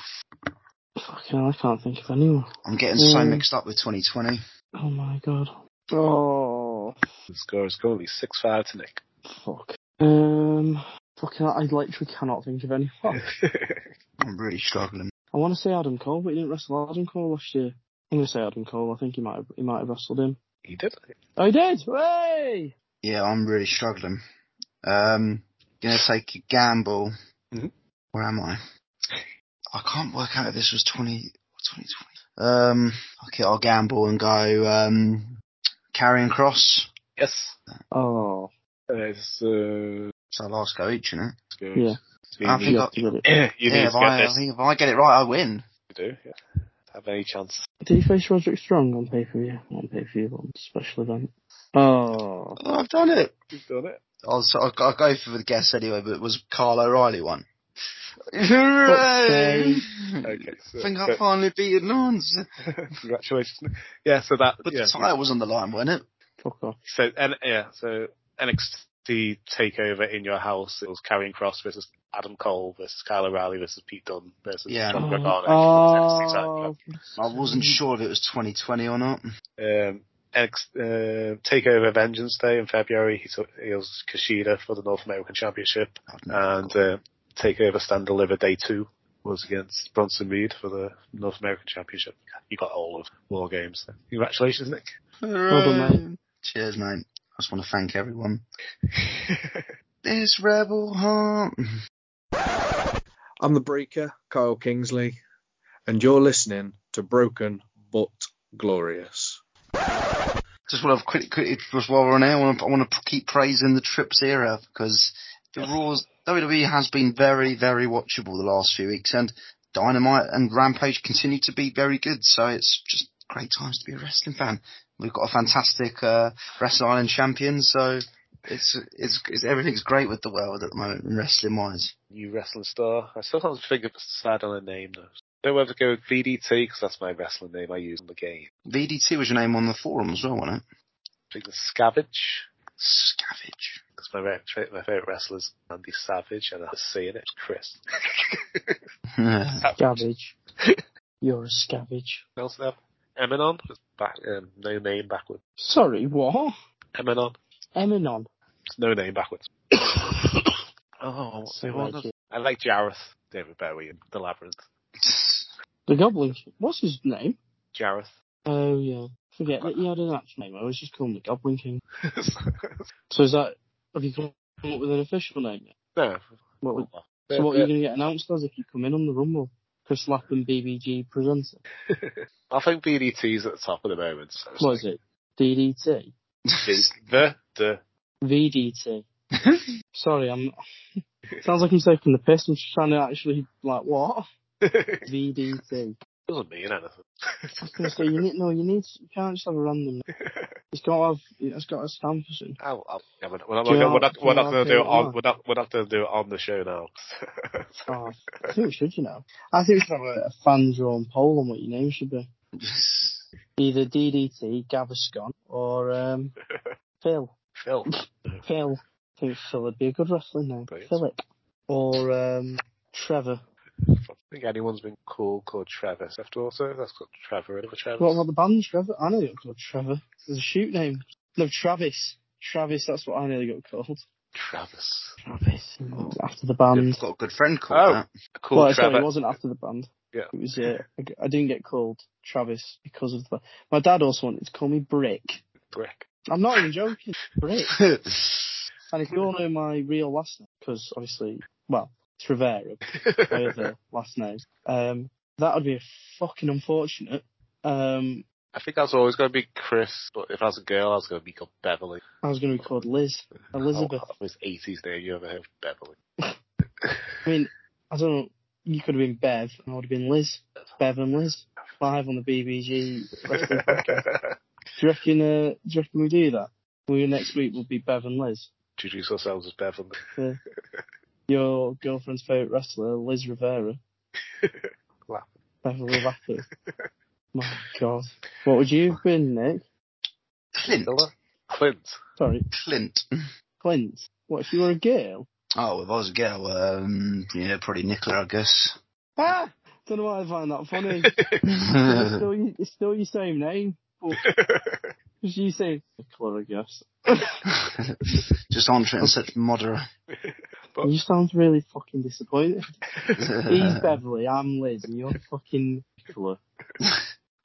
Fucking hell, I can't think of anyone.
I'm getting so
Mm.
mixed up with 2020.
Oh my god. Oh,
The score is currently 6 5 to Nick.
fuck. Um, fucking, hell, I literally cannot think of anyone.
Oh.
I'm really struggling.
I want to say Adam Cole, but he didn't wrestle Adam Cole last year. I'm gonna say Adam Cole. I think he might have, he might have wrestled him.
he did.
Oh, he did. Hey.
Yeah, I'm really struggling. Um, gonna take a gamble.
Mhm.
Where am I? I can't work out if this was 20 or 2020. Um, okay, I'll gamble and go, um, carrying cross.
Yes.
Oh,
Uh, it's, uh,
So our last go each, innit?
it's good.
yeah.
You
I
need-
think
You
I-
have to get it.
you need
yeah,
to
if
get
I, I
this.
think if I get it right, I win.
You do. Yeah. Have any chance?
Did he face Roderick Strong on pay per view? On pay per view on special event. Oh,
Oh, I've done it.
You've done it.
I'll, so I'll, I'll go for the guess anyway, but it was Carl O'Reilly one.
Hooray!
Okay. So,
I think I finally beaten Lance.
congratulations. Yeah. So that.
But
yeah.
the title was on the line, wasn't it?
fuck off.
So and yeah. So NXT takeover in your house. It was Karrion Cross versus Adam Cole versus Kyle O'Reilly versus Pete Dunne versus
Yeah.
John Gargano.
Oh,
I wasn't sure if it was 2020 or not.
Um, X, uh, takeover Vengeance Day in February. He took he was Kushida for the North American Championship,
I've never
and uh, takeover Stand Deliver Day Two was against Bronson Reed for the North American Championship. You got all of War Games. Then. Congratulations, Nick.
done, mate.
Hooray. Cheers, mate. I just want to thank everyone. This rebel heart.
I'm the Breaker, Kyle Kingsley, and you're listening to Broken But Glorious.
Just want to quick, quick just while we're on air, I want to, I want to keep praising the Trips era because the Raws WWE has been very, very watchable the last few weeks, and Dynamite and Rampage continue to be very good. So it's just great times to be a wrestling fan. We've got a fantastic uh, Wrestle Island champion, so it's, it's it's everything's great with the world at the moment, wrestling wise.
New wrestling star. I sometimes figure sad on a name though. Don't know whether to go with VDT because that's my wrestling name I use in the game.
VDT was your name on the forum as well, wasn't it?
I think it's Scavenge.
Scavenge.
Because my, re- tra- my favourite wrestler is Andy Savage, and I was seeing it, Chris.
Scavenge. You're a scavenge.
Nelson have Eminon? It's Back, um, no name backwards.
Sorry, what?
Eminon?
Eminon.
It's no name backwards. oh, what's the
So
one?
like
that-
it.
I like Jareth, David Bowie, and The Labyrinth.
The Goblin King. What's his name?
Jareth.
Oh, yeah. Forget that he had an actual name. I always just call him the Goblin King. So is that... Have you come up with an official name yet?
no.
What would-
Bit-
so what are you
bit-
going to get announced as if you come in on the Rumble? Chris Lapham, BBG presenter.
I think BDT's at the top of the moment. So
What is it? DDT?
it's The, the,
VDT. Sorry, I'm... Sounds like I'm taking the piss. I'm just trying to actually, like, what? VDT.
doesn't mean anything.
I was gonna say you need no, you need you can't just have a random. It's got to have it's got to stand for something.
Oh, oh, yeah, we're not, we're not,
Do you
we're not,
know-
we're
do you
not
know
going to do it
Taylor
on we're not we're not going to do it on the show now.
Oh, I think we should, you know. I think we should have a, a fan drawn poll on what your name should be. Either DDT, Gaviscon, or um, Phil.
Phil.
Phil. I think Phil would be a good wrestling name.
Brilliant.
Philip. Or um, Trevor.
I don't think anyone's been cool called Trevor. After also, that's called Trevor. Another Trevor.
What about the band, Trevor? I nearly got called Trevor. There's a shoot name. No, Travis. Travis, that's what I nearly got called.
Travis.
Travis. After the band.
I've got a good friend called
Oh,
that.
called
well, sorry,
Trevor.
it wasn't after the band.
Yeah.
It was, uh, I g- I didn't get called Travis because of the My dad also wanted to call me Brick.
Brick.
I'm not even joking. Brick. and if you all know my real last name, because obviously, well, it's Rivera, my other last name, um, that would be fucking unfortunate. Um,
I think I was always going to be Chris, but if I was a girl, I was going to be called Beverly.
I was going to be called Liz. Elizabeth.
Oh, that was 80s name you ever heard of Beverly.
I mean, I don't know. You could have been Bev, and I would have been Liz. Bev and Liz. Live on the BBG wrestling podcast. Do you reckon? Uh, do you reckon we do that? Well, next week will be Bev and Liz.
Introduce ourselves as Beverly.
Uh, your girlfriend's favorite wrestler, Liz Rivera.
Laugh.
Beverly Lapper. My God, what would you have been, Nick?
Clint.
Clint.
Sorry,
Clint.
Clint. What if you were a girl?
Oh, if I was a girl, um, yeah, probably Nicola, I guess.
Ah, don't know why I find that funny. it's, still, y- it's still your same name. But as you say, Nicola, I guess.
Just answering in such moderate.
But-
you sound really fucking disappointed. He's Beverly, I'm Liz, and you're fucking Nicola.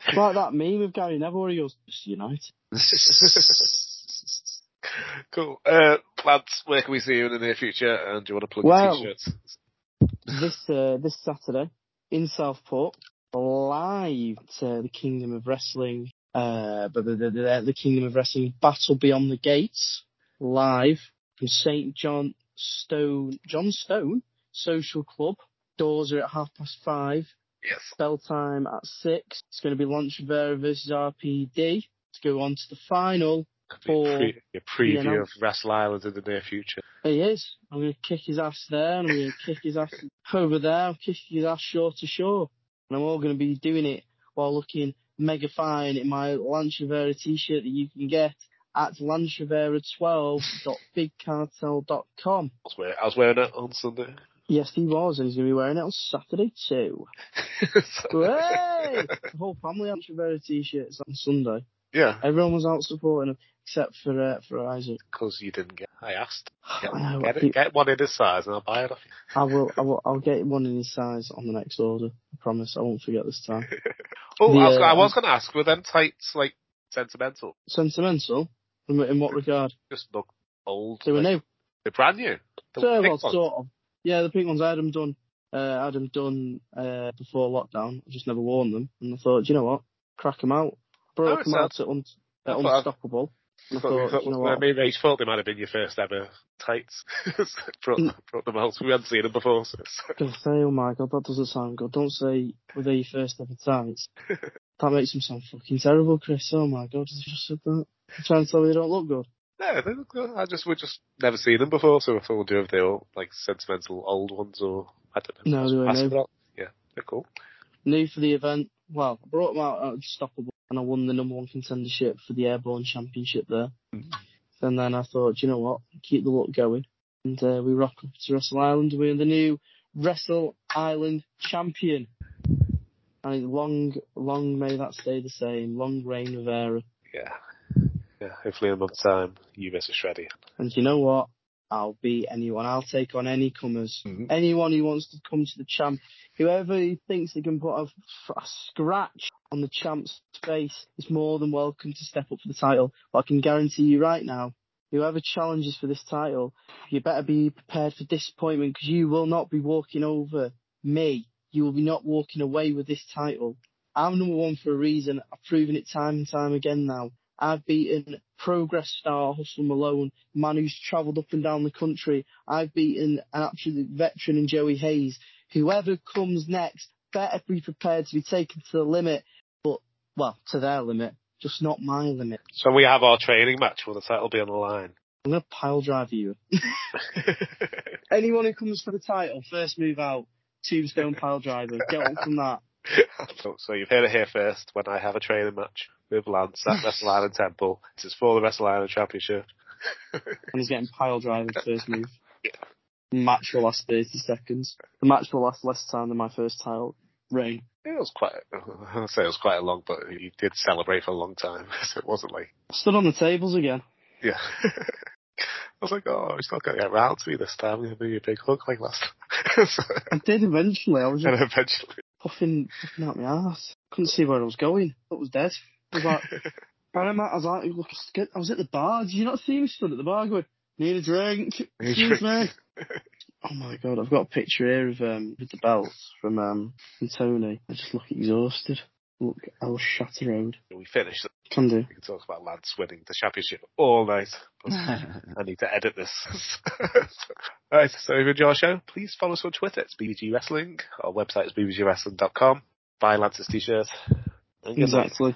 It's like that meme of Gary Neville where he goes, "Just United.
cool. Uh, lads, where can we see you in the near future? And do you want to plug your
Well-
t-shirts?
This, uh, this Saturday, in Southport, live at uh, the Kingdom of Wrestling, uh, but the, the, the, the Kingdom of Wrestling Battle Beyond the Gates, live from St. John Stone, John Stone Social Club. Doors are at half past five.
Yes.
Bell time at six. It's going to be Launch Rivera versus RPD to go on to the final. For
Pre- a preview
know.
of Wrestle Island in the near future.
he is. I'm going to kick his ass there, and I'm going to kick his ass over there. I'm kicking his ass shore to shore, and I'm all going to be doing it while looking mega fine in my Lance Rivera t-shirt that you can get at lancerivera12.bigcartel.com.
I was wearing, I was wearing it on Sunday.
Yes, he was, and he's going to be wearing it on Saturday too. Hooray! The whole family had Rivera t-shirts on Sunday.
Yeah.
Everyone was out supporting him except for uh, for Isaac.
Because you didn't get. I asked. Get,
I know,
get,
I
it-
keep-
get one in his size, and I'll buy it off you.
I will, I will, I'll get one in his size on the next order. I promise. I won't forget this time.
Oh, I was,
The,
I
um,
was going to ask. Were them tights like sentimental?
Sentimental. In, in what regard?
Just look old.
They were
like,
new.
They're brand new. The
So,
big
well,
ones.
sort of. Yeah, the pink ones. I had them done. Uh, I had them done uh, before lockdown. I just never worn them, and I thought, you know what? Crack them out. Broke
Oh,
them
so-
out to un- uh,
I thought I've-
unstoppable. And I
Thought-
thought,
thought-
you know
well,
what?
Me and Rach thought they might have been your first ever tights. brought,
Mm.
brought them out. We hadn't seen them before. So.
I'm gonna say, oh my god, that doesn't sound good. Don't say were they your first ever tights. That makes them sound fucking terrible, Chris. Oh my god, you just said that. I'm trying to tell me they don't look good.
Yeah, they look good. I just we just never seen them before, so I thought we'll do if they were like sentimental old ones or I don't know.
No, they were
Pass
new.
it on. Yeah, they're cool.
new for the event. Well, I brought them out at Unstoppable and I won the number one contendership for the Airborne Championship there. And then I thought, "Do you know what, keep the look going. And uh, we rock up to Wrestle Island. We're the new Wrestle Island champion. And long, long may that stay the same. Long reign of era.
Yeah, yeah. Hopefully in a month's time, you miss a shreddy.
And you know what? I'll beat anyone. I'll take on any comers. Anyone who wants to come to the champ. Whoever who thinks they can put a, a scratch on the champ's face is more than welcome to step up for the title. But I can guarantee you right now, whoever challenges for this title, you better be prepared for disappointment because you will not be walking over me. You will be not walking away with this title. I'm number one for a reason. I've proven it time and time again now. I've beaten Progress star Hustle Malone, man who's travelled up and down the country. I've beaten an absolute veteran in Joey Hayes. Whoever comes next better be prepared to be taken to the limit. But well, to their limit, just not my limit.
So we have our training match where the title will be on the line.
I'm gonna pile drive you. Anyone who comes for the title, first move out, tombstone pile driver. Get on from that.
So you've heard it here first. When I have a training match with Lance at Wrestle Island Temple, this is for the Wrestle Island Championship.
and he's getting pile driver first move. Match will last 30 seconds. The match will last less time than my first title reign.
It was quite. I'll say it was quite long, but he did celebrate for a long time, so it wasn't like
Stood on the tables again.
yeah. I was like, oh, he's not going to get round to me this time. I'm going to be a big hook like last time. So-
I did eventually. I was
and
just
eventually,
puffing, puffing out my ass. Couldn't see where I was going. I was dead. I was like, I remember, I was like, look, I was at the bar. Did you not see me stood at the bar going, need a drink?
Need a
Excuse me.
drink.
Oh my god, I've got a picture here of um with the belt from um from Tony. I just look exhausted. Look, I was shattered.
we finished.
Can do.
We can talk about Lance winning the championship all night. But I need to edit this. all right, so if you enjoy our show, please follow us on Twitter. It's BBG Wrestling. Our website is bbgwrestling.com. Buy Lance's t-shirt. And good night.
Exactly.